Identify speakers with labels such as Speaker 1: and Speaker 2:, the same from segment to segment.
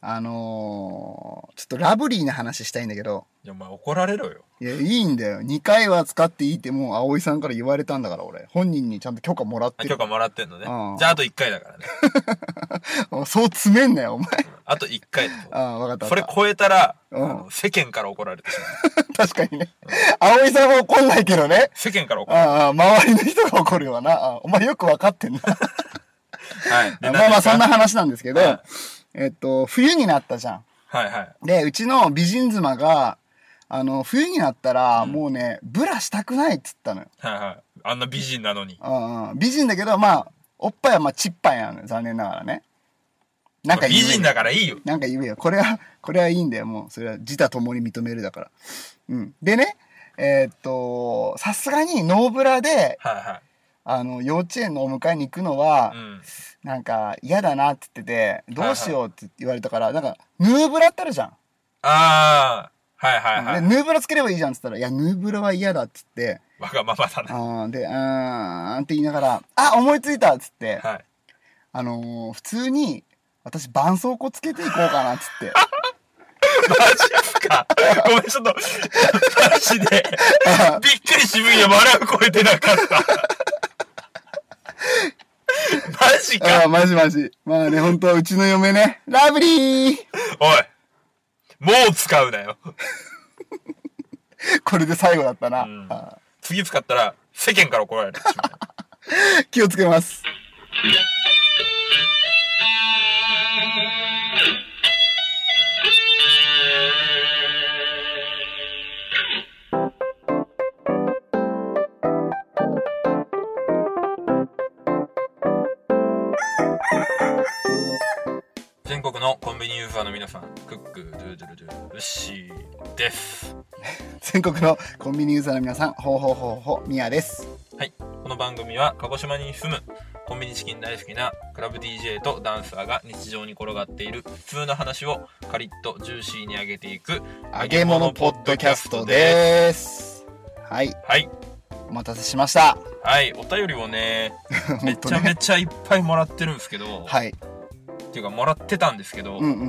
Speaker 1: あのーちょっとラブリーな話したいんだけど、
Speaker 2: いや、お前怒られろよ。
Speaker 1: いや、いいんだよ。2回は使っていいってもう葵さんから言われたんだから、俺。本人にちゃんと許可もらっ
Speaker 2: あ
Speaker 1: て
Speaker 2: 許
Speaker 1: る。
Speaker 2: 可もらってんのね
Speaker 1: うん。
Speaker 2: じゃあ、あと1回だからね。
Speaker 1: そう詰めんなよ、お前。
Speaker 2: あと1回だ
Speaker 1: ああ、わかった
Speaker 2: と。
Speaker 1: わ
Speaker 2: そ
Speaker 1: か
Speaker 2: れ
Speaker 1: った。
Speaker 2: 超えたら、あ
Speaker 1: うん
Speaker 2: の世間から怒られてしまう。
Speaker 1: 確かにね。葵さんは怒んないけどね。
Speaker 2: 世間から怒られ
Speaker 1: ああ、周りの人が怒るよな。ああお前よくわかってんな。
Speaker 2: る。 はい。で
Speaker 1: まあまあ、そん。な
Speaker 2: 何です
Speaker 1: 話
Speaker 2: か
Speaker 1: なんですけど
Speaker 2: はい、
Speaker 1: えっと、冬になったじゃん。
Speaker 2: はいはい。
Speaker 1: で、うちの美人妻が、あの、冬になったら、もうね、ブラしたくないっつったのよ。
Speaker 2: はいはい。あんな美人なのに。
Speaker 1: うんうん。美人だけど、まあ、おっぱいはまあ、ちっぱいなのよ残念ながらね。なんか
Speaker 2: 美
Speaker 1: 言えよ
Speaker 2: 人だからいいよ。
Speaker 1: なんか言えよ。これは、これはいいんだよ。もう、それは自他共に認めるだから。うん。でね、えーっと、さすがにノーブラで、
Speaker 2: はいは
Speaker 1: あの、幼稚園のお迎えに行くのは、
Speaker 2: い。うん。
Speaker 1: なんか嫌だなって言ってて、どうしようって言われたから、なんか、ヌーブラってあるじゃん。
Speaker 2: ああ。はいはいは
Speaker 1: で
Speaker 2: い。
Speaker 1: ヌーブラつければいいじゃんって言ったら、いや、ヌーブラは嫌だって言って、
Speaker 2: わがままだな。
Speaker 1: あーで、うーんって言いながら、あ、思いついたって言って、
Speaker 2: はい。
Speaker 1: あのー普通に、私、絆創膏つけていこうかなって言って。
Speaker 2: マジですか ごめん、ちょっと、マジで、びっくり渋いよ、笑う声出 なかった。マジ
Speaker 1: あ
Speaker 2: か
Speaker 1: あ、マジマジ。まあね、本当はうちの嫁ね。ラブリー
Speaker 2: おいもう使うなよ。
Speaker 1: これで最後だったな。
Speaker 2: ん
Speaker 1: あ
Speaker 2: 次使ったら、世間から怒られる。
Speaker 1: ー気をつけます。
Speaker 2: 全国のコンビニユーザーの皆さん、クック、ドゥードゥルドゥ、ウッシーです。
Speaker 1: 全国のコンビニユーザーの皆さん、ほうほうほうほう、みやです。
Speaker 2: はい。この番組は、鹿児島に住む、コンビニチキン大好きな、クラブ DJ とダンサーが日常に転がっている、普通の話を、カリッとジューシーに上げていく、
Speaker 1: 揚げ物ポッドキャストです。はい、
Speaker 2: はい。
Speaker 1: お待たせしま した。
Speaker 2: はい。お便りをね、め
Speaker 1: 本当
Speaker 2: ちゃ
Speaker 1: ね。
Speaker 2: めちゃいっぱいもらってるんですけど、
Speaker 1: はい。
Speaker 2: っていうか、もらってたんですけど、
Speaker 1: うん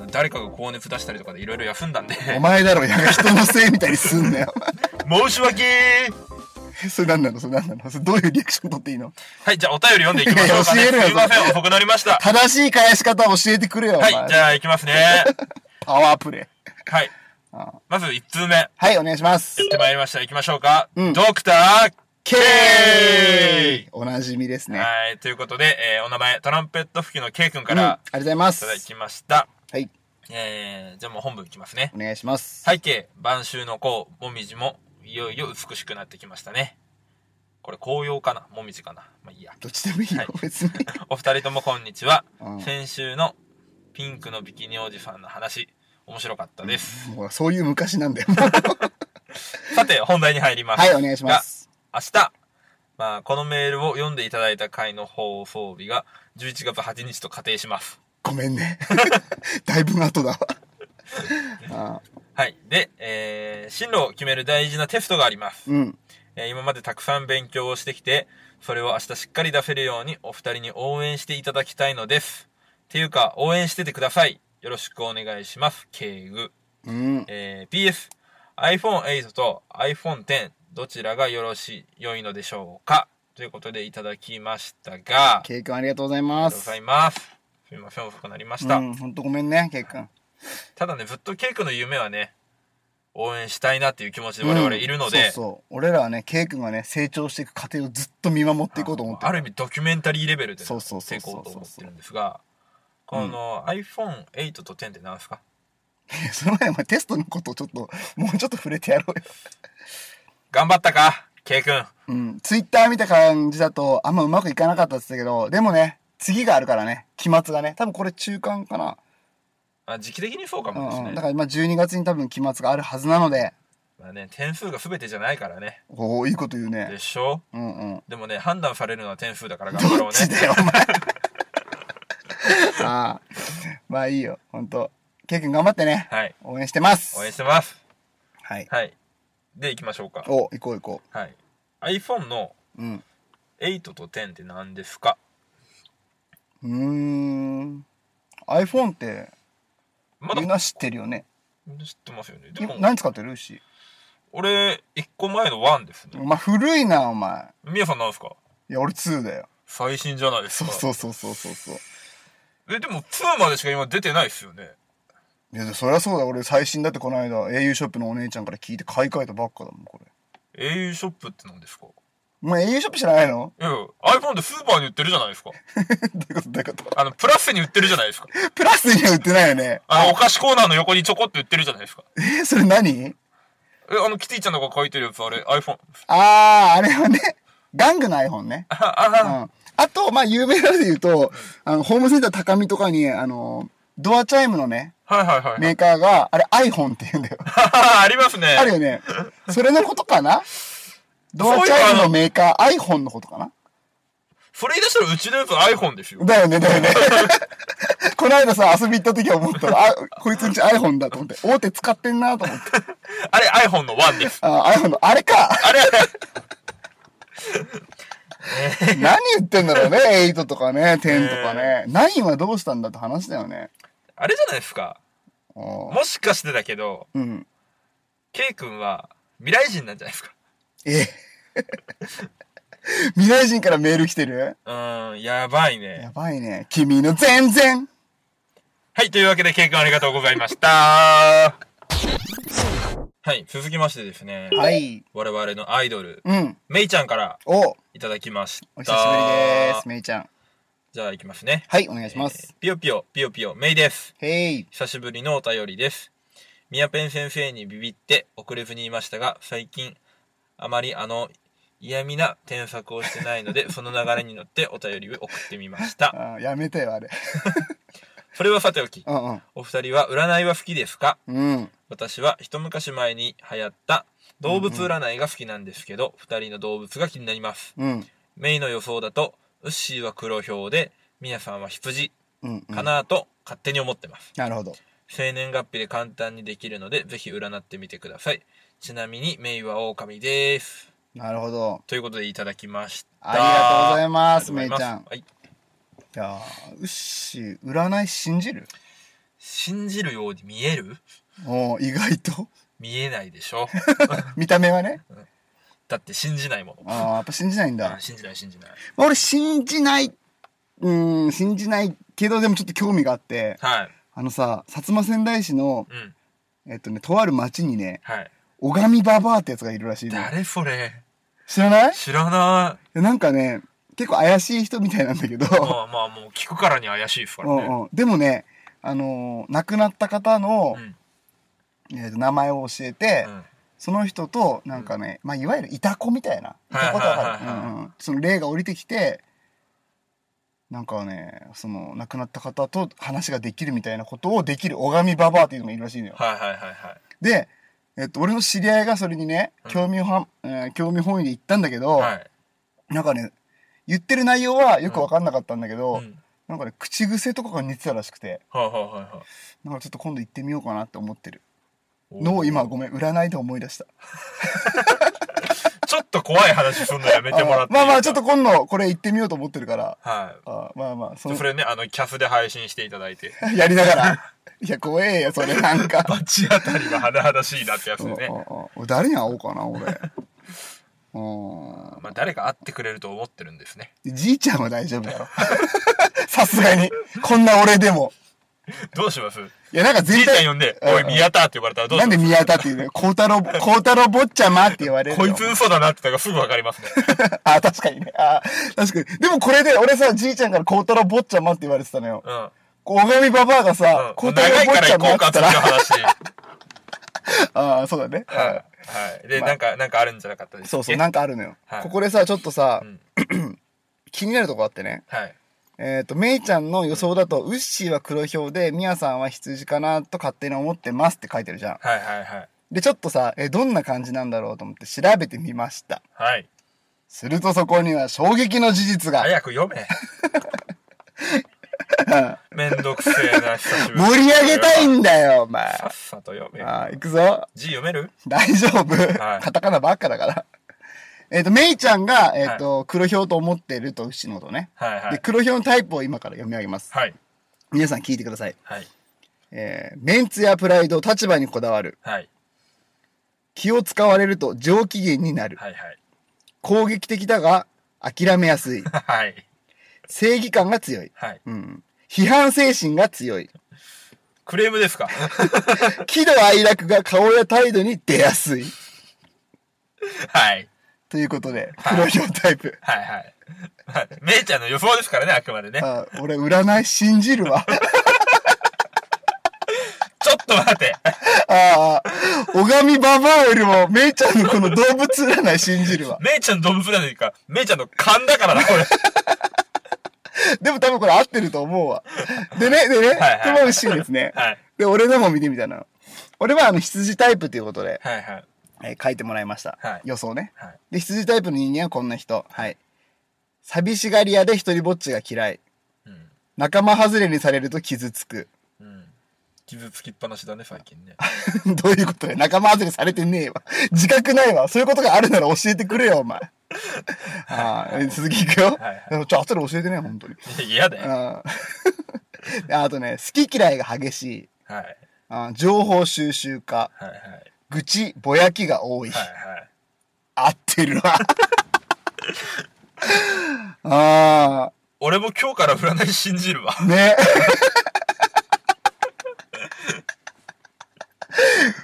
Speaker 1: うん。
Speaker 2: 誰かが高熱出したりとかでいろいろ休んだんで、
Speaker 1: お前だろ、やが人のせいみたいにすんなよ。
Speaker 2: 申し訳
Speaker 1: それ何なのそれ何なのそれどういうリアクション取っていいの
Speaker 2: はい、じゃあお便り読んでいきましょうかね。
Speaker 1: いや教えるよ
Speaker 2: すいません、遅くなりました。
Speaker 1: 正しい返し方教えてくれよ、お
Speaker 2: は
Speaker 1: 前。
Speaker 2: い、じゃあいきますね。
Speaker 1: パワープレイ。
Speaker 2: はい。まず1通目、や
Speaker 1: はい、お願いします。
Speaker 2: ってまいりました。いきましょうか。
Speaker 1: うん
Speaker 2: ドクター K!
Speaker 1: K! おなじみですね。
Speaker 2: はい、ということで、えーお名前、トランペット吹きの K 君か
Speaker 1: うんありがと
Speaker 2: ら
Speaker 1: うございま
Speaker 2: い
Speaker 1: す
Speaker 2: た。だきました。
Speaker 1: はい、
Speaker 2: えー、じゃあもう本文いきますね。
Speaker 1: お願いします。
Speaker 2: 背景、晩秋の紅、もみじも、いよいよ美しくなってきましたね。これ紅葉かなもみじかなまあいいや。
Speaker 1: どっちでもいいよ
Speaker 2: はい、
Speaker 1: 別に。
Speaker 2: お二人ともこんにちは。
Speaker 1: うん
Speaker 2: 先週のピンクのビキニおじさんの話、面白かったです。
Speaker 1: もうそういう昔なんだよ。
Speaker 2: さて、本題に入ります。
Speaker 1: はい、お願いします。
Speaker 2: が。明日、まあ、このメールを読んでいただいた回の放送日が11月8日と仮定します。
Speaker 1: ごめん ね。だいぶ後だわ。あ
Speaker 2: はい。で、えー、進路を決める大事なテストがあります。
Speaker 1: うん。
Speaker 2: えー今までたくさん勉強をしてきて、それを明日しっかり出せるようにお二人に応援していただきたいのです。っていうか、応援しててください。よろしくお願いします。敬具。
Speaker 1: うん。
Speaker 2: えー、PS、iPhone8 と iPhone10、どちらがよろしい、良いのでしょうかということでいただきましたが、ありが
Speaker 1: ケイ君ありがとうございま
Speaker 2: とうご
Speaker 1: す
Speaker 2: ざ。います。すみません、遅くなりまし
Speaker 1: う
Speaker 2: た。
Speaker 1: ん、ほんとごめんね、ケイ君。
Speaker 2: ただね、ずっとケイ君の夢はね、応援したいなっていう気持ちで我々いるので、
Speaker 1: うんそうそう。俺らはね、ケイ君がね、成長していく過程をずっと見守っていこうと思って
Speaker 2: ある意味ドキュメンタリーレベルでね
Speaker 1: そうそう
Speaker 2: やっ
Speaker 1: そ
Speaker 2: て
Speaker 1: う
Speaker 2: い
Speaker 1: そう
Speaker 2: こうと思ってるんですが、この iPhone8 と10って何ですか
Speaker 1: る。その前にお前テストのことをちょっと、もうちょっと触れてやろうよ。
Speaker 2: 頑張ったかケイ君。
Speaker 1: うん。ツイッター見た感じだと、あんまうまくいかなかったって言ってたけど、でもね、次があるからね、期末がね。多分これ中間かな。
Speaker 2: あ時期的にそうか
Speaker 1: う
Speaker 2: もです
Speaker 1: ん
Speaker 2: ね。
Speaker 1: うん。だからまあ12月に多分期末があるはずなので、
Speaker 2: まあね、点数が全てじゃないからね。
Speaker 1: おおいいこと言うね
Speaker 2: で。しょ
Speaker 1: うんうん。
Speaker 2: でもね、判断されるのは点数だから頑張ろう
Speaker 1: どっ
Speaker 2: ね。
Speaker 1: ちだよ、お前。 ああ。まあいいよ、ほんと。ケイ君頑張ってね。
Speaker 2: はい。
Speaker 1: 応援してます。
Speaker 2: 応援してます。
Speaker 1: はい。
Speaker 2: はい。で、行きましょうか。
Speaker 1: お、行こう行こ
Speaker 2: はい。iPhone の
Speaker 1: う。うん。
Speaker 2: 8と10って何ですか
Speaker 1: うーん iPhone って
Speaker 2: まだ
Speaker 1: みんな知ってるよね。
Speaker 2: 知ってますよね。で
Speaker 1: 今
Speaker 2: も、
Speaker 1: 何使ってるし。
Speaker 2: 俺、一個前のワンです
Speaker 1: お
Speaker 2: ね。
Speaker 1: 前古いな、お前。
Speaker 2: みやさんなんですか
Speaker 1: いや、俺2だよ。
Speaker 2: 最新じゃないです
Speaker 1: そ
Speaker 2: か。
Speaker 1: うそうそうそうそうそう。
Speaker 2: え、でも2までしか今出てないですよね。
Speaker 1: いや、でそりゃそうだ。俺最新だってこの間、au ショップのお姉ちゃんから聞いて買い替えたばっかだもん、これ。
Speaker 2: au ショップって何ですか
Speaker 1: お前 au ショップ知らないの
Speaker 2: いやいや iPhone でスーパーに売ってるじゃないですか。
Speaker 1: どういうことどういうこ
Speaker 2: あの、プラスに売ってるじゃないですか。
Speaker 1: とプラスには売ってないよね。
Speaker 2: あの、お菓子コーナーの横にちょこっと売ってるじゃないですか。
Speaker 1: え、それ何
Speaker 2: え、あの、キティちゃんとか書いてるやつ、あれ、iPhone。
Speaker 1: あー、あれはね、玩具の iPhone ね。
Speaker 2: ああ、
Speaker 1: う
Speaker 2: あ
Speaker 1: ん。あと、まあ、有名なので言うと、あの、ホームセンター高見とかに、あの、ドアチャイムのね、
Speaker 2: はいはいはい。
Speaker 1: メーカーが、あれ iPhone って言うんだよ。
Speaker 2: ありますね。
Speaker 1: あるよね。それのことかなドアチャイムのメーカー iPhone のことかな
Speaker 2: それ言い出したらうちのやつ iPhone ですよ。
Speaker 1: だよね、だよね。この間さ、遊び行った時は思ったら、あ、こいつんち iPhone だと思って、大手使ってんなと思って。
Speaker 2: あれ iPhone の1です。
Speaker 1: あ、iPhone の、あれか
Speaker 2: あれ、
Speaker 1: 何言ってんだろうね、8とかね、10とかね。9はどうしたんだって話だよね。
Speaker 2: あれじゃないですか。
Speaker 1: あー
Speaker 2: もしかしてだけど、
Speaker 1: うん。
Speaker 2: K 君は未来人なんじゃないですか。
Speaker 1: ええ。未来人からメール来てる
Speaker 2: うーん、やばいね
Speaker 1: や。ばいね。君の全然
Speaker 2: はい、というわけで K 君ありがとうございました。 はい、続きましてですね。
Speaker 1: はい。
Speaker 2: 我々のアイドル、
Speaker 1: うん。
Speaker 2: メイちゃんから
Speaker 1: お、
Speaker 2: いただきました。
Speaker 1: お久しぶりです。めいちゃん。
Speaker 2: じゃあ行きますね。
Speaker 1: はい、お願いします。
Speaker 2: えーピヨピヨ、ピヨピヨ、メイです。
Speaker 1: へい。
Speaker 2: 久しぶりのお便りです。ミヤペン先生にビビって遅れずにいましたが、最近、あまりあの、嫌味な添削をしてないので、 その流れに乗ってお便りを送ってみました。
Speaker 1: あーやめてよ、あれ。
Speaker 2: それはさておき、
Speaker 1: うんうん。
Speaker 2: お二人は占いは好きですか
Speaker 1: うん。
Speaker 2: 私は一昔前に流行った動物占いが好きなんですけど、二人の動物が気になります。
Speaker 1: うん。
Speaker 2: メイの予想だと、ウッシーは黒ひょうで、ミヤさんは羊
Speaker 1: うん、うん。
Speaker 2: かなと勝手に思ってます。
Speaker 1: なるほど。
Speaker 2: 生年月日で簡単にできるので、ぜひ占ってみてください。ちなみに、メイは狼です。
Speaker 1: なるほど。
Speaker 2: ということでいただきまし
Speaker 1: あ
Speaker 2: た。
Speaker 1: りがとうございます
Speaker 2: ありがとうござ
Speaker 1: メイち
Speaker 2: い
Speaker 1: ゃん
Speaker 2: すはい。
Speaker 1: いやーうっしー、占い信じる
Speaker 2: 信じるように見える
Speaker 1: おー意外と。
Speaker 2: 見えないでしょ。
Speaker 1: 見た目はね。
Speaker 2: だって信じないもの。
Speaker 1: ああ、やっぱ信じないん
Speaker 2: あ
Speaker 1: だ。
Speaker 2: 信じない信じない。
Speaker 1: まあ俺信じない、うーん、信じないけど、でもちょっと興味があって、
Speaker 2: はい。
Speaker 1: あのさ、薩摩仙台市の、
Speaker 2: うん。
Speaker 1: えっとね、とある町にね、
Speaker 2: はい。
Speaker 1: 拝みババアってやつがいるらしいの。
Speaker 2: 誰それ
Speaker 1: 知らない
Speaker 2: 知らない。
Speaker 1: なんかね、結構怪しい人みたいなん だけど、
Speaker 2: まあまあ、もう聞くからに怪しいですか
Speaker 1: う
Speaker 2: らね。
Speaker 1: んうん。でもね、あのー亡くなった方の
Speaker 2: う、ん。
Speaker 1: えーと名前を教えて、
Speaker 2: うん
Speaker 1: その人と、なんかね、まあ、いわゆるいた子みたいな。いた子とか
Speaker 2: はいはいは
Speaker 1: る
Speaker 2: いはい
Speaker 1: うんうんその霊が降りてきて、なんかね、その亡くなった方と話ができるみたいなことをできる拝みババアっていうのがいるらしいのよ。
Speaker 2: はいはいはいはい。
Speaker 1: で、えっと、俺の知り合いがそれにね、
Speaker 2: うん
Speaker 1: 興味は、えー興味本位で行ったんだけど、
Speaker 2: はい。
Speaker 1: なんかね、言ってる内容はよくわかんなかったんだけど、
Speaker 2: うん
Speaker 1: なんかね、口癖とかが似てたらしくて、
Speaker 2: はいはいはいはい。
Speaker 1: なんかちょっと今度行ってみようかなって思ってる。
Speaker 2: おー
Speaker 1: のを今ごめん、占いで思い出した。
Speaker 2: ちょっと怖い話すんのやめてもらっていいです
Speaker 1: あま
Speaker 2: か
Speaker 1: あまあ、ちょっと。今度これ行ってみようと思ってるから。
Speaker 2: はい。
Speaker 1: あまあまあ、そ
Speaker 2: で
Speaker 1: の
Speaker 2: そ、れね、あの、キャフで配信していただいて、
Speaker 1: やりながら。 いや、怖えよ、それ、なんか。
Speaker 2: バチ当たりが甚だしいなってやつ
Speaker 1: うん
Speaker 2: で
Speaker 1: うん
Speaker 2: ね。
Speaker 1: うん俺誰に会おうかな、俺。う
Speaker 2: まあ、誰か会ってくれると思ってるんです ね。
Speaker 1: ん。じいちゃんは大丈夫だろ。 さすがに。こんな俺でも。
Speaker 2: どうします
Speaker 1: いや、なんか
Speaker 2: じ
Speaker 1: 全
Speaker 2: いちゃん
Speaker 1: 体
Speaker 2: 呼んで、おい、宮田って呼ばれたらどうし
Speaker 1: なん
Speaker 2: ま
Speaker 1: です宮田っていう ね、孝太郎、孝太郎坊ちゃまって言われるよ。
Speaker 2: こいつ嘘だなってのがすぐわかり ますね。
Speaker 1: あ、確かにね。あ、確かに。でもこれで、俺さ、じいちゃんから孝太郎坊ちゃまって言われてたのよ。
Speaker 2: うん。うん
Speaker 1: 小神ババアがさ、
Speaker 2: も
Speaker 1: 孝
Speaker 2: う
Speaker 1: 太郎
Speaker 2: 長い
Speaker 1: 坊
Speaker 2: から
Speaker 1: ちゃ
Speaker 2: 行
Speaker 1: ま
Speaker 2: こ
Speaker 1: っ
Speaker 2: う
Speaker 1: て言
Speaker 2: か、
Speaker 1: った
Speaker 2: 次の
Speaker 1: ら、
Speaker 2: 話。
Speaker 1: ああ、そうだね。
Speaker 2: はい。はい。で、
Speaker 1: まあ
Speaker 2: なんか、なんかあるんじゃなかったですっけ
Speaker 1: そうそう、なんかあるのよ。
Speaker 2: はい
Speaker 1: ここでさ、ちょっとさ、
Speaker 2: うん
Speaker 1: 気になるとこあってね。
Speaker 2: はい。
Speaker 1: えっ、と、めいちゃんの予想だと、ウッシーは黒ひょうで、みやさんは羊かなと勝手に思ってますって書いてるじゃん。
Speaker 2: はいはいはい。
Speaker 1: で、ちょっとさ、え、どんな感じなんだろうと思って調べてみました。
Speaker 2: はい。
Speaker 1: するとそこには衝撃の事実が。
Speaker 2: 早く 読め。めんどくせえな、久しぶり。
Speaker 1: 盛り上げたいんだよ、お前。
Speaker 2: さっさと読め。
Speaker 1: ああ、行くぞ。
Speaker 2: 字読める
Speaker 1: 大丈夫。
Speaker 2: はい
Speaker 1: カタカナばっかだから。 えっ、と、めいちゃんが、えっ、と、黒ひょうと思ってると、ウッシーのことね。
Speaker 2: はいは
Speaker 1: で、
Speaker 2: い。
Speaker 1: 黒ひょうのタイプを今から読み上げます。
Speaker 2: はい。
Speaker 1: 皆さん聞いてください。
Speaker 2: はい。
Speaker 1: えーメンツやプライド、立場にこだわる。
Speaker 2: はい。
Speaker 1: 気を使われると上機嫌になる。
Speaker 2: はいはい。
Speaker 1: 攻撃的だが、諦めやすい。
Speaker 2: はい。
Speaker 1: 正義感が強い。
Speaker 2: はい。
Speaker 1: うん。批判精神が強 い。
Speaker 2: クレームですか
Speaker 1: 喜怒哀楽が顔や態度に出やすい。
Speaker 2: はい。
Speaker 1: ということで、
Speaker 2: は
Speaker 1: プ
Speaker 2: い
Speaker 1: ロヒョウタイプ。
Speaker 2: はいはいはい。めいちゃんの予想ですからね、あくまでね。
Speaker 1: あ俺、占い信じるわ。
Speaker 2: ちょっと待って。
Speaker 1: ああ、拝みババアよりも、めいちゃんのこの動物占い信じるわ。
Speaker 2: めいちゃんの動物なんでいいか、めいちゃんの勘だからな、これ。
Speaker 1: でも多分これ合ってると思うわ。でね、でね、
Speaker 2: はい
Speaker 1: これも嬉しいですね。
Speaker 2: はい。
Speaker 1: で、俺のも見てみたな。俺はあの、羊タイプということで、
Speaker 2: はいはい。
Speaker 1: えー書いてもらいました。
Speaker 2: はい
Speaker 1: 予想ね。
Speaker 2: はい。
Speaker 1: で、羊タイプの人間はこんな人。はい。寂しがり屋で一人ぼっちが嫌い。
Speaker 2: うん。
Speaker 1: 仲間外れにされると傷つく。
Speaker 2: うん。傷つきっぱなしだね、最近ね。
Speaker 1: どういうことや仲間外れされてねえわ。自覚ないわ。そういうことがあるなら教えてくれよ、お 前。ああ、続きいくよ。
Speaker 2: はいはい
Speaker 1: でもちょ、後で教えてね、本当に。
Speaker 2: いや嫌だ
Speaker 1: あ
Speaker 2: よ。
Speaker 1: ー であとね、好き嫌いが激しい。
Speaker 2: はい。
Speaker 1: あー情報収集家。
Speaker 2: はいはい。
Speaker 1: 愚痴、ぼやきが多い。
Speaker 2: はいはい。
Speaker 1: 合ってるわ。 あ
Speaker 2: 俺も今日から占い信じるわ。
Speaker 1: あ、ね。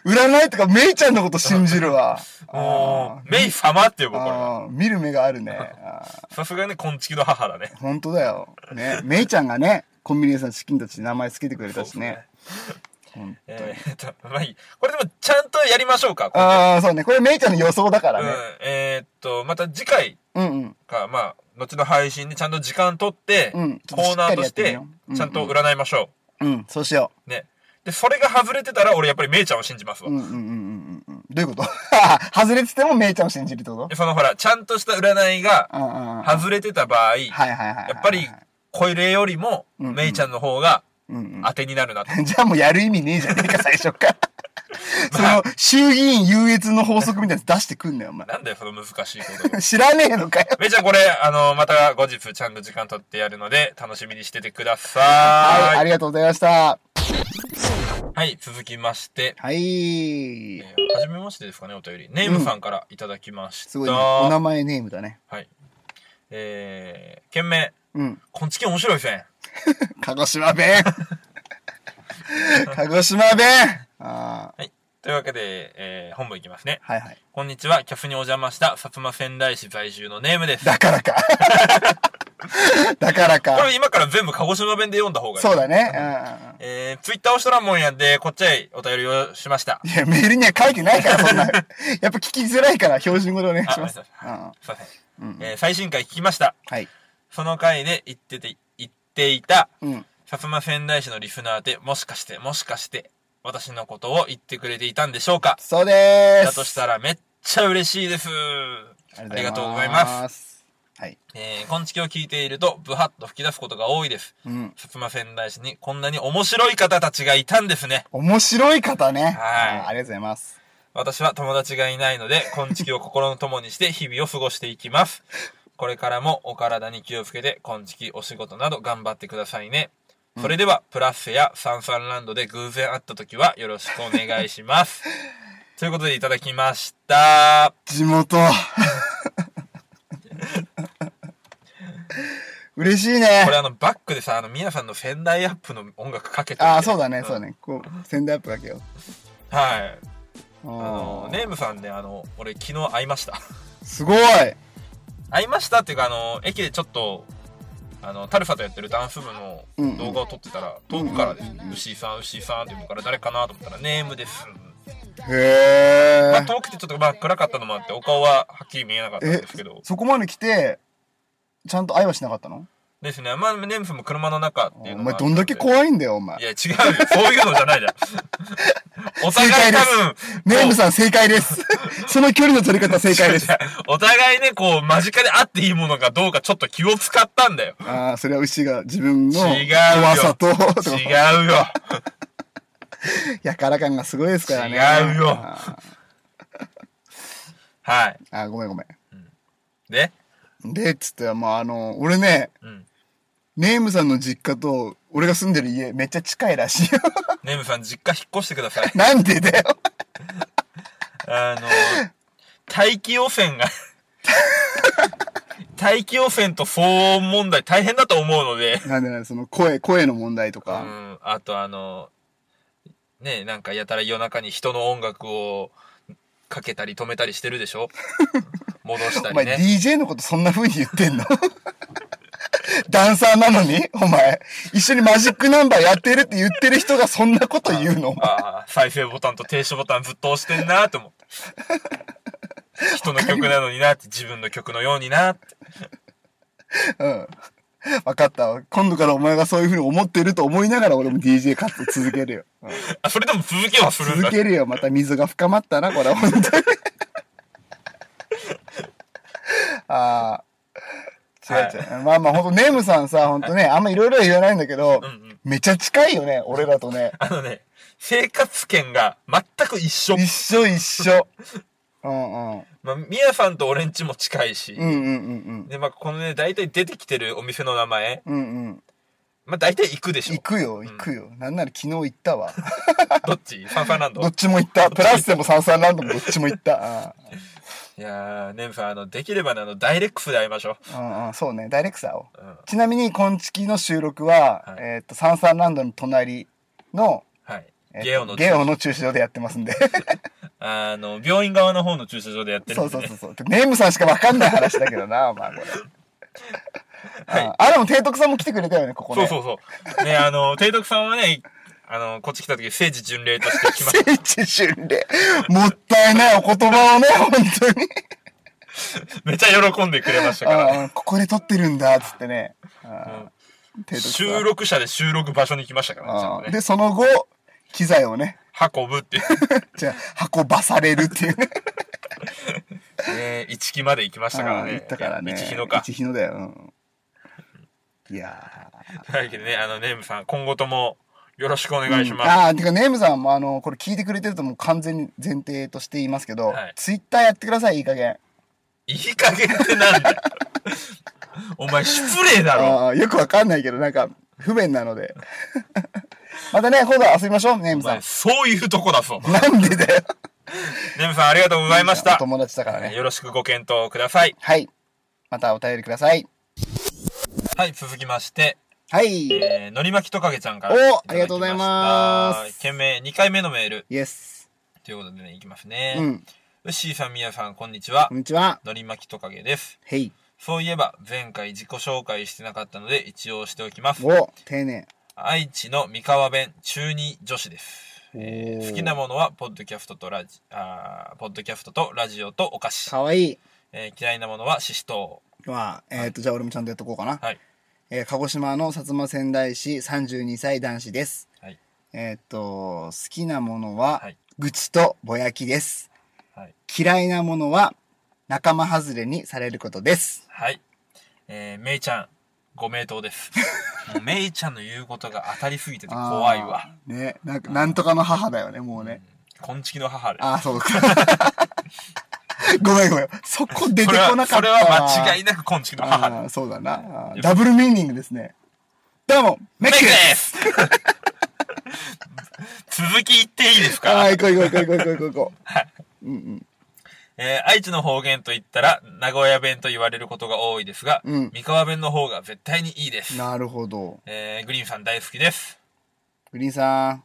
Speaker 1: 占いとか、めいちゃんのこと信じるわ。
Speaker 2: もう、メイ様って呼ぼう、これは。
Speaker 1: ああ、見る目がある ね。ああ
Speaker 2: さすがね、昆虫の母だね。
Speaker 1: 本当だよ。ね。めいちゃんがね、コンビニエンスのチキンたちに名前つけてくれたしね。本当に
Speaker 2: えーっと、まあいい。これでも、ちゃんとやりましょうか。今回
Speaker 1: ああ、そうね。これめいちゃんの予想だから
Speaker 2: うん
Speaker 1: ね。、
Speaker 2: えーっと、また次回
Speaker 1: うんうん。
Speaker 2: か、まあ、後の配信でちゃんと時間取って、
Speaker 1: うんちょっ
Speaker 2: コ
Speaker 1: としっ
Speaker 2: ーナ
Speaker 1: かり
Speaker 2: ーと
Speaker 1: やっ
Speaker 2: して
Speaker 1: み
Speaker 2: て
Speaker 1: よう、
Speaker 2: ちゃんと占いましょ
Speaker 1: うん、そうしよ
Speaker 2: う。ね。で、それが外れてたら、俺やっぱりメイちゃんを信じますわ
Speaker 1: う。う。んうんうんうんうんうん。どういうこと 外れててもめいちゃんを信じるってこと
Speaker 2: でそのほら、ちゃんとした占いが
Speaker 1: うんうんうん。はい
Speaker 2: 外れてた場合、や
Speaker 1: はいはいはい。
Speaker 2: っぱり、これよりも、
Speaker 1: うんうん
Speaker 2: メイちゃんの方が
Speaker 1: うん
Speaker 2: 当てになるなって。
Speaker 1: うん。じゃあもうやる意味ねえじゃねえか、最初 から。その、衆議院優越の法則みたいなの出してくんなよ、お前。
Speaker 2: なんだよ、その難しいこと。
Speaker 1: 知らねえのかよ。
Speaker 2: メイちゃんこれ、あの、また後日ちゃんと時間取ってやるので、楽しみにしててくだ
Speaker 1: はい、
Speaker 2: さ
Speaker 1: あ
Speaker 2: い。
Speaker 1: りがとうございました。
Speaker 2: はい、続きまして、
Speaker 1: はい
Speaker 2: え。ーはじめましてですかね、お便り。ネームさんからいただきました。
Speaker 1: すごい、ね、お名前ネームだね。
Speaker 2: はい。えー、件名、
Speaker 1: うん。
Speaker 2: こんちき面白いですね。
Speaker 1: 鹿児島 弁鹿児島弁ああ。
Speaker 2: はい。というわけで、えー、本部いきますね。
Speaker 1: はいはい。
Speaker 2: こんにちは、キャフにお邪魔した、薩摩仙台市在住のネームです。
Speaker 1: だからか。 だから
Speaker 2: こ
Speaker 1: か。
Speaker 2: れ今から全部鹿児島弁で読んだ方がいい。
Speaker 1: そうだね。うん
Speaker 2: えー、ツイッターをしとらんもんやんで、こっちへお便りをしました。
Speaker 1: いや、メールには書いてないから、そんな。や っぱ聞きづらいから、標準語でお願いします。
Speaker 2: あ
Speaker 1: うんうん
Speaker 2: すいません。
Speaker 1: うん
Speaker 2: えー、最新回聞きました。
Speaker 1: はい。
Speaker 2: その回で言ってて、言っていた、
Speaker 1: うん。
Speaker 2: 薩摩仙台市のリスナーで、もしかして、もしかして、私のことを言ってくれていたんでしょうか
Speaker 1: そうでーす。
Speaker 2: だとしたらめっちゃ嬉しいです。ありがとうございます。
Speaker 1: す。はい。
Speaker 2: えー、こんちきを聞いていると、ブハッと吹き出すことが多いです。
Speaker 1: うん。
Speaker 2: 薩摩仙台市にこんなに面白い方たちがいたんですね。
Speaker 1: 面白い方ね。
Speaker 2: はい
Speaker 1: あーありがとうございます。
Speaker 2: 私は友達がいないので、こんちきを心の友にして日々を過ごしていきます。これからもお体に気をつけて、こんちきお仕事など頑張ってくださいね。それでは、プラッセやサンサンランドで偶然会った時はよろしくお願いします。 ということでいただきました。
Speaker 1: 地元。 嬉しいね
Speaker 2: こ。れあの、バックでさ、あの、ミヤさんの仙台アップの音楽かけて、
Speaker 1: ああ、そうだね、
Speaker 2: ん
Speaker 1: そうだね。こう、センダーアップだけよ。
Speaker 2: はい。
Speaker 1: あ
Speaker 2: あの、ネームさんね、あの、俺昨日会いました。
Speaker 1: すごい
Speaker 2: 会いましたっていうか、あの、駅でちょっと、あの、タルファとやってるダンス部の
Speaker 1: うんうん
Speaker 2: 動画を撮ってたら、遠くからですね、牛井さん、牛井さんって言うから誰かなと思ったら、ネームです。
Speaker 1: へ
Speaker 2: まあ、
Speaker 1: ー
Speaker 2: 遠くてちょっとまあ暗かったのもあって、お顔ははっきり見えなかったん
Speaker 1: え
Speaker 2: ですけど、
Speaker 1: そこまで来て、ちゃんと愛はしなかったの
Speaker 2: ですね、まあ、ネームさんも車の中っていう
Speaker 1: お
Speaker 2: のもあ
Speaker 1: 前
Speaker 2: って
Speaker 1: どんだけ怖いんだよ、お前
Speaker 2: い。や、違うよ。そういうのじゃないじ ゃん。お互い多分、
Speaker 1: ネームさん正解 です。その距離の取り方正解です。
Speaker 2: お互いね、こう、 間近で会っていいものかどうかちょっと気を使ったんだよ。
Speaker 1: ああ、それは牛が自分の
Speaker 2: 違うよ
Speaker 1: 怖さと、
Speaker 2: 違うよ。
Speaker 1: やから感がすごいですからね。
Speaker 2: 違うよ
Speaker 1: あ
Speaker 2: はい。
Speaker 1: ーあー、ごめんごめん。
Speaker 2: で、
Speaker 1: で、つって、まああの、俺ね、
Speaker 2: うん。
Speaker 1: ネームさんの実家と、俺が住んでる家、めっちゃ近いらしいよ。
Speaker 2: ネムさん、実家引っ越してください。
Speaker 1: なんでだよ。
Speaker 2: あの、大気汚染が、大気汚染と騒音問題大変だと思うので、
Speaker 1: なんでなんで、その声、声の問題と
Speaker 2: う
Speaker 1: か。
Speaker 2: ん、あとあの、ね、なんかやたら夜中に人の音楽をかけたり止めたりしてるでし ょ戻した
Speaker 1: お
Speaker 2: り
Speaker 1: 前
Speaker 2: ね。
Speaker 1: DJ のことそんな風に言ってんの ダンサーなのにお前、一緒にマジックナンバーやってるって言ってる人がそんなこと言うの
Speaker 2: ああ、再生ボタンと停止ボタンずっと押してんなーって思って。人の曲なのになって、自分の曲のようになって。
Speaker 1: うん。わかったわ。今度からお前がそういう風に思ってると思いながら俺も DJ 活動続ける よ。うん
Speaker 2: あ、それでも続けはするんだ
Speaker 1: 続。けるよ。また溝が深まったな、これ、本当に。 ああ。違う違う。まあまあ、ほんと、ネームさんさ、ほんとね、あんまいろいろ言わないんだけど、
Speaker 2: うんうん
Speaker 1: めちゃ近いよね、俺らとね。
Speaker 2: あのね、生活圏が全く一緒。
Speaker 1: 一緒一緒。うんうん。
Speaker 2: まあ、みやさんと俺んちも近いし
Speaker 1: う。んうんうん
Speaker 2: で、まあ、このね、大体出てきてるお店の名前、
Speaker 1: うん。うんうん。
Speaker 2: まあ、大体行くでし
Speaker 1: 行
Speaker 2: ょ。
Speaker 1: くよ、行くよ。なんなら昨日行ったわ。
Speaker 2: どっちファンファンランド
Speaker 1: どっちも行った。プラスでもサンサンランドもどっちも行った。うん
Speaker 2: いやー、ネムさん、あの、できればね、あの、ダイレックスで会いましょ
Speaker 1: うんうん、そうね、ダイレクサーを。
Speaker 2: う。うん。
Speaker 1: ちなみに、今月の収録は、
Speaker 2: はい
Speaker 1: えーっと、サンサンランドの隣の、
Speaker 2: はい
Speaker 1: えーっ。と
Speaker 2: ゲオの、
Speaker 1: ゲオの駐車場でやってますんで。
Speaker 2: あの、病院側の方の駐車場でやってる
Speaker 1: そ
Speaker 2: ん
Speaker 1: う
Speaker 2: で、
Speaker 1: そう
Speaker 2: ね。
Speaker 1: そうそう。ネームさんしかわかんない話だけどな、まあこれ。ああ、でも、提督さんも来てくれたよね、ここ
Speaker 2: そう
Speaker 1: ね。
Speaker 2: そううそう。ね、あの、提督さんはね、あの、こっち来た時、聖地巡礼として来まし
Speaker 1: 聖地巡礼。もったいないお言葉をね、本当に。
Speaker 2: た。めちゃ喜んでくれましたから。
Speaker 1: ああ、ここで撮ってるんだ、つってね。ああ提督さん
Speaker 2: 収録者で収録場所に来ましたからね、ちゃ
Speaker 1: ああ
Speaker 2: んとね。
Speaker 1: で、その後、機材をね、
Speaker 2: 運ぶっていう。
Speaker 1: じゃあ運ばされるって いうね。
Speaker 2: ね、一期まで行きましたから
Speaker 1: あ
Speaker 2: ね。
Speaker 1: ー行ったからね。
Speaker 2: 一期のか。
Speaker 1: 一日のだよ。うん、いや
Speaker 2: というわけでね、あの、ネームさん、今後ともよろしくお願
Speaker 1: ー。
Speaker 2: いします。
Speaker 1: ああ、てか、ネームさんも、あの、これ聞いてくれてるともう完全に前提として言いますけど、
Speaker 2: はい
Speaker 1: ツイッターやってください、いい加減。
Speaker 2: いい加減ってなんだよ。お前、失礼だろ。
Speaker 1: ああ、よくわかんないけど、なんか、不便なので。 またね、今度遊びましょう、ネーム
Speaker 2: お
Speaker 1: さ
Speaker 2: 前
Speaker 1: ん。
Speaker 2: そういうとこだぞ。
Speaker 1: なんでだよ。
Speaker 2: ネムさん、ありがとうございました
Speaker 1: お。友達だからね。
Speaker 2: よろしくご検討ください。
Speaker 1: はい。またお便りください。
Speaker 2: はい、続きまして、
Speaker 1: はい。イ
Speaker 2: えー、のりまきとかげちゃんから。
Speaker 1: お
Speaker 2: いただきました
Speaker 1: ありがとうございます
Speaker 2: 件名、2回目のメール。
Speaker 1: エス。
Speaker 2: ということでね、いきますね。
Speaker 1: う。
Speaker 2: うんっしーさん、みやさん、こんにちは
Speaker 1: こん。にちは。
Speaker 2: のりまきとかげです。
Speaker 1: へい。
Speaker 2: そういえば、前回自己紹介してなかったので、一応しておきます。
Speaker 1: お丁寧。
Speaker 2: 愛知の三河弁中二女子です。え
Speaker 1: お
Speaker 2: ー
Speaker 1: ー
Speaker 2: 好きなものはポッドキャストとラジあーポッドキャストとラジオとお菓子、
Speaker 1: かわいい。
Speaker 2: えー嫌いなものはシシト
Speaker 1: まあ、えっ、と、じゃあ俺もちゃんとやっとこうかな。
Speaker 2: ウはい
Speaker 1: えー鹿児島の薩摩仙台市32歳男子です。
Speaker 2: はい
Speaker 1: えーっと、好きなものは
Speaker 2: はい、
Speaker 1: 愚痴とぼやきです。
Speaker 2: はい、
Speaker 1: 嫌いなものは、仲間外れにされることです。
Speaker 2: はいえー、めいちゃんご名答です もうめいちゃんの言うことが当たりすぎてて怖いわ
Speaker 1: あー。ね、なんか、なんとかの母だよね、もうね。
Speaker 2: こんちきの母で
Speaker 1: ああ、そうか。 ごめんごめん。そこ出て
Speaker 2: それ
Speaker 1: こなか
Speaker 2: は
Speaker 1: った
Speaker 2: それ
Speaker 1: わ。
Speaker 2: は間違いなくこんちきの母
Speaker 1: あーそうだな。あーダブルミーニングですね。どうも、メッ
Speaker 2: メイ
Speaker 1: キ
Speaker 2: ク
Speaker 1: で
Speaker 2: ですす 続き言っていいですか
Speaker 1: はい、行こう行こう行こう行こう行こう。
Speaker 2: えー愛知の方言と言ったら、名古屋弁と言われることが多いですが、
Speaker 1: うん
Speaker 2: 三河弁の方が絶対にいいです。
Speaker 1: なるほど。
Speaker 2: えーグリーンさん大好きです。
Speaker 1: グリーンさん。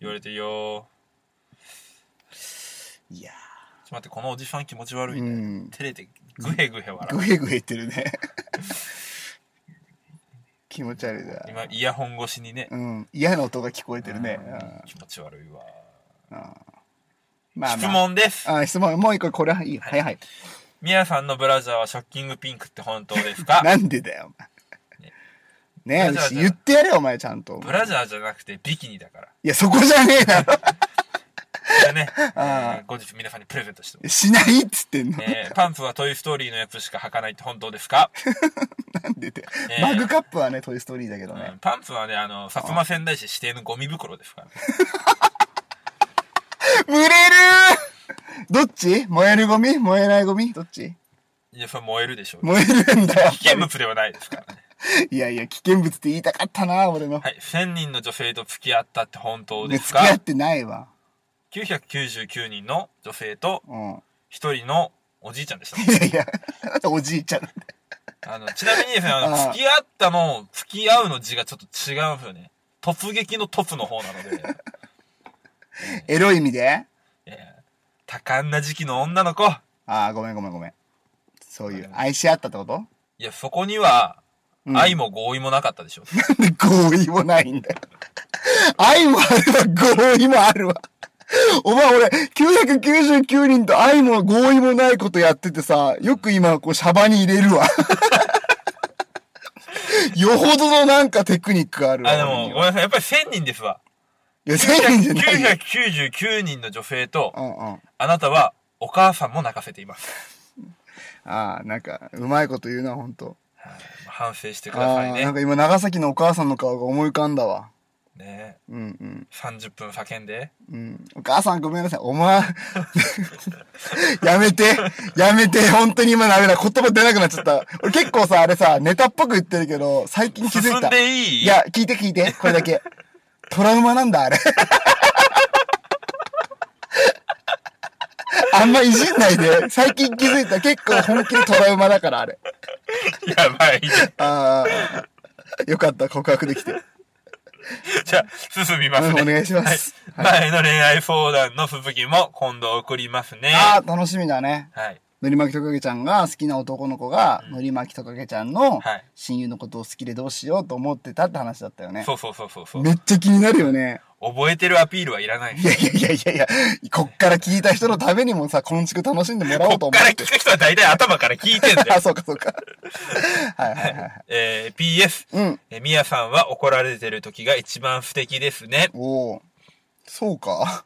Speaker 2: 言われてるよ
Speaker 1: いや
Speaker 2: ーちょっと待って、このおじさん気持ち悪
Speaker 1: ー
Speaker 2: いうね。
Speaker 1: ん。
Speaker 2: 照れて、ぐへぐへ笑
Speaker 1: グヘグヘ言ってるね。 気持ち悪いだ
Speaker 2: う。。今、イヤホン越しにね。
Speaker 1: うん。嫌な音が聞こえてるね。
Speaker 2: 気持ち悪いわ。
Speaker 1: うんまあ
Speaker 2: 質
Speaker 1: まあ。
Speaker 2: 問です。
Speaker 1: あ、質問。もう一個、これはいい。はいはい。
Speaker 2: みやさんのブラジャーはショッキングピンクって本当ですか
Speaker 1: なんでだよ、お前。ね
Speaker 2: ブラ
Speaker 1: え、
Speaker 2: ジャーじゃ
Speaker 1: 言ってやれよ、お前、ちゃんと。
Speaker 2: ブラジャーじゃなくてビキニだから。
Speaker 1: いや、そこじゃねえだろ。
Speaker 2: これ ね、えー後日皆さんにプレゼントしておく。
Speaker 1: しないっつってんの。
Speaker 2: えーパンツはトイストーリーのやつしか履かないって本当ですか
Speaker 1: なんでだよ
Speaker 2: えー
Speaker 1: マグカップはね、トイストーリーだけどね。
Speaker 2: うんパンツはね、あの、薩摩仙台市指定のゴミ袋ですからね。
Speaker 1: 蒸れるーどっち燃えるゴミ燃えないゴミどっち
Speaker 2: いや、それ燃えるでしょう。
Speaker 1: 燃えるんだよ。
Speaker 2: 危険物ではないですからね。
Speaker 1: いやいや、危険物って言いたかったな、俺の。
Speaker 2: はい。1000人の女性と付き合ったって本当
Speaker 1: で
Speaker 2: です
Speaker 1: 付き合っ
Speaker 2: か
Speaker 1: てないわ。
Speaker 2: ?999 人の女性と
Speaker 1: うん。
Speaker 2: 1人のおじいちゃんでした。
Speaker 1: いやいや、おじいちゃん。
Speaker 2: あの、ちなみにですね、あの
Speaker 1: あー
Speaker 2: 付き合ったの、付き合うの字がちょっと違うんですよね。突撃の突の方なので、
Speaker 1: エロい意味で
Speaker 2: えー多感な時期の女の子。
Speaker 1: ああ、ごめんごめんごめん。そういう、愛し合ったってこと
Speaker 2: いや、そこには、
Speaker 1: うん
Speaker 2: 愛も合意もなかったでしょ。
Speaker 1: なんで合意もないんだよ。愛もあれば合意もあるわ。お前俺、999人と愛も合意もないことやっててさ、よく今こうシャバに入れる わ。よほどのなんかテクニックがあるわ。
Speaker 2: あ、でも、
Speaker 1: 俺
Speaker 2: ご
Speaker 1: に
Speaker 2: めん
Speaker 1: は
Speaker 2: なさい。やっぱり1000人ですわ。
Speaker 1: いや、1000人じゃないよ。
Speaker 2: 999人の女性と
Speaker 1: う、んうん。あ
Speaker 2: あなたはお母さんも泣かせています。
Speaker 1: あ、なんか、うまいこと言うな、ほんと。
Speaker 2: はい反省してくだ
Speaker 1: あ
Speaker 2: さい
Speaker 1: あ、
Speaker 2: ね
Speaker 1: なん。か今長崎のお母さんの顔が思い浮かんだわ。
Speaker 2: ね
Speaker 1: うんうん。
Speaker 2: 30分叫んで。
Speaker 1: うん、お母さんごめんなさい。お前、 やめて、やめて、本当に今ダメだ。言葉出なくなっちゃった。俺結構さ、あれさ、ネタっぽく言ってるけど、最近気づ
Speaker 2: 進
Speaker 1: いた。
Speaker 2: んでいい
Speaker 1: いや、聞いて聞いて、これだけ。トラウマなんだ、あれ。 あんまいじんないで、最近気づいた。結構本気でトラウマだから、あれ。
Speaker 2: やばいね。
Speaker 1: ああ、よかった、告白できて。
Speaker 2: じゃあ、進みますね。
Speaker 1: うんお願いします
Speaker 2: はい前の恋愛相談の続きも今度送りますね。
Speaker 1: ああ、楽しみだね。
Speaker 2: はい。
Speaker 1: のりまきトカゲちゃんが好きな男の子が、のりまきトカゲちゃんの
Speaker 2: はい
Speaker 1: 親友のことを好きでどうしようと思ってたって話だったよね。
Speaker 2: そうそうそうそうそう。
Speaker 1: めっちゃ気になるよね。
Speaker 2: 覚えてるアピールはいらない
Speaker 1: い。やいやいやいやいや、こっから聞いた人のためにもさ、この地区楽しんでもらおうと
Speaker 2: こっ
Speaker 1: 思
Speaker 2: から
Speaker 1: って
Speaker 2: 聞。く人は大体頭から聞いてんだ よ
Speaker 1: あ、。そうかそうか。はいはいはいはい。
Speaker 2: えー、PS。
Speaker 1: うん。
Speaker 2: えー、みやさんは怒られてる時が一番不敵ですね。
Speaker 1: おお。そうか。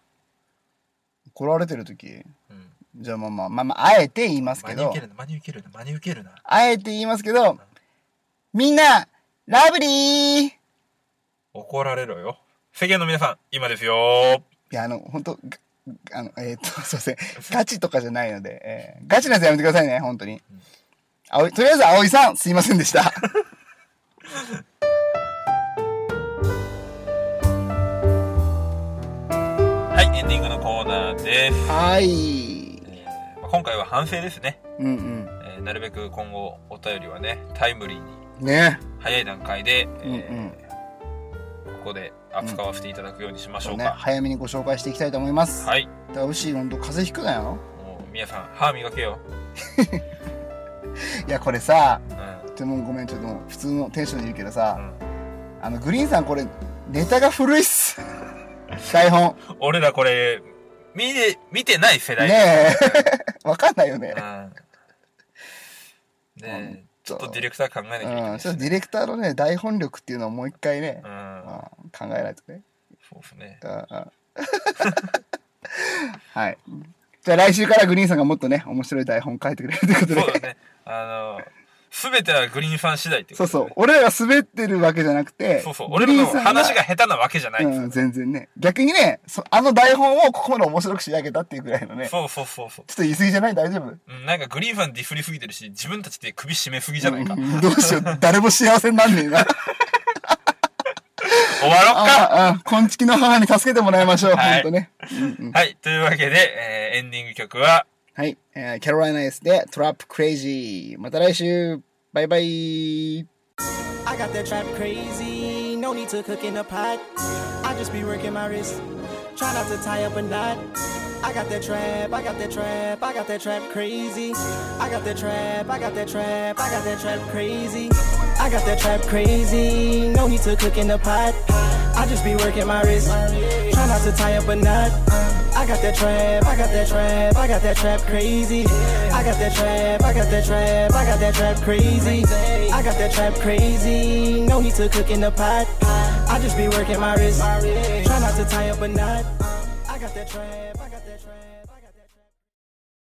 Speaker 1: 怒られてる時
Speaker 2: うん。
Speaker 1: じゃあまあまあ、まあまあ、あえて言います
Speaker 2: 真
Speaker 1: け
Speaker 2: に受
Speaker 1: ど
Speaker 2: け、るな、真に受けるな、真に受けるな。
Speaker 1: あえて言いますけど、みんな、ラブリーい
Speaker 2: 怒られろよ。世間の皆さん、今ですよー。
Speaker 1: や、あの、本当あの、えーっと、 すいません。ガチとかじゃないので、えーガチなやつやめてくださいね、本当に。あおいとりあえず、葵さん、すいませんでした。
Speaker 2: はい、エンディングのコーナーです。
Speaker 1: はい。
Speaker 2: えーまあ今回は反省ですね。
Speaker 1: うん
Speaker 2: えーなるべく今後お便りはねタイムリーに
Speaker 1: うん。ね
Speaker 2: 早い段階で、
Speaker 1: うんうん
Speaker 2: えーここで扱わせていただくようにしましょう
Speaker 1: ね、
Speaker 2: か、
Speaker 1: 早めにご紹介していきたいと思います。
Speaker 2: はい
Speaker 1: だからうし、ほんと風邪ひくなよ。
Speaker 2: もう皆さん歯磨けよ、
Speaker 1: いや、これさ、
Speaker 2: うん
Speaker 1: でもごめん、ちょっともう普通のテンションで言うけど
Speaker 2: う
Speaker 1: さ、
Speaker 2: ん
Speaker 1: あの、グリーンさんこれ、ネタが古いっす。 台本。
Speaker 2: 俺らこれ見て見てない世代、
Speaker 1: ねえ。わかんないよね
Speaker 2: うん。ねえ
Speaker 1: ほんと
Speaker 2: ちょっとディレクター考えなきゃいけな
Speaker 1: う
Speaker 2: い
Speaker 1: ん。
Speaker 2: し
Speaker 1: ちょっとディレクターのね、台本力っていうのをもう一回ね
Speaker 2: う、ん
Speaker 1: まあ、考えないとね。
Speaker 2: そうですね
Speaker 1: うんうん はい。じゃあ来週からグリーンさんがもっとね、面白い台本書いてくれるということ
Speaker 2: そう
Speaker 1: で。
Speaker 2: だねあの全てはグリーンさん次第ってこ
Speaker 1: そう
Speaker 2: と
Speaker 1: そう
Speaker 2: だね。
Speaker 1: 俺らが滑ってるわけじゃなくて、
Speaker 2: そうそう
Speaker 1: グ
Speaker 2: 俺
Speaker 1: リ
Speaker 2: ら
Speaker 1: ーン
Speaker 2: の
Speaker 1: さん
Speaker 2: 話が下手なわけじゃない、
Speaker 1: うん、全然ね。逆にね、そあの台本をここまで面白く仕上げたっていうぐらいのね。ちょっ
Speaker 2: そうそうそうそう
Speaker 1: と言い過ぎじゃない大丈夫
Speaker 2: うんなんかグリーンファンディフりすぎてるし、自分たちで首絞めすぎじゃないか。
Speaker 1: う
Speaker 2: 終
Speaker 1: んどうしよう。誰も幸せになんねえ な。
Speaker 2: わろっか
Speaker 1: ああ、こんちきの母に助けてもらいましょう。
Speaker 2: はい
Speaker 1: ほんとね。うんうん
Speaker 2: はい、というわけで、えーエンディング曲は、
Speaker 1: はい。えーキャロライナ S でトラップクレイジー。また来週。バイバイ。
Speaker 3: I got that trap crazy, no need to cook in a pot. I just be working my wrist, try not to tie up a knot. I got that trap, I got that trap, I got that trap crazy. I got that trap, I got that trap, I got that trap crazy. I got that trap crazy, no need to cook in a pot. I just be working my wrist, try not to tie up a knot. I got that trap, I got that trap, I got that trap crazy. I got that trap, I got that trap, I got that trap crazy. I got that trap crazy. No need to cook in the pot. I just be working my wrist. Try not to tie up a knot. I got that trap.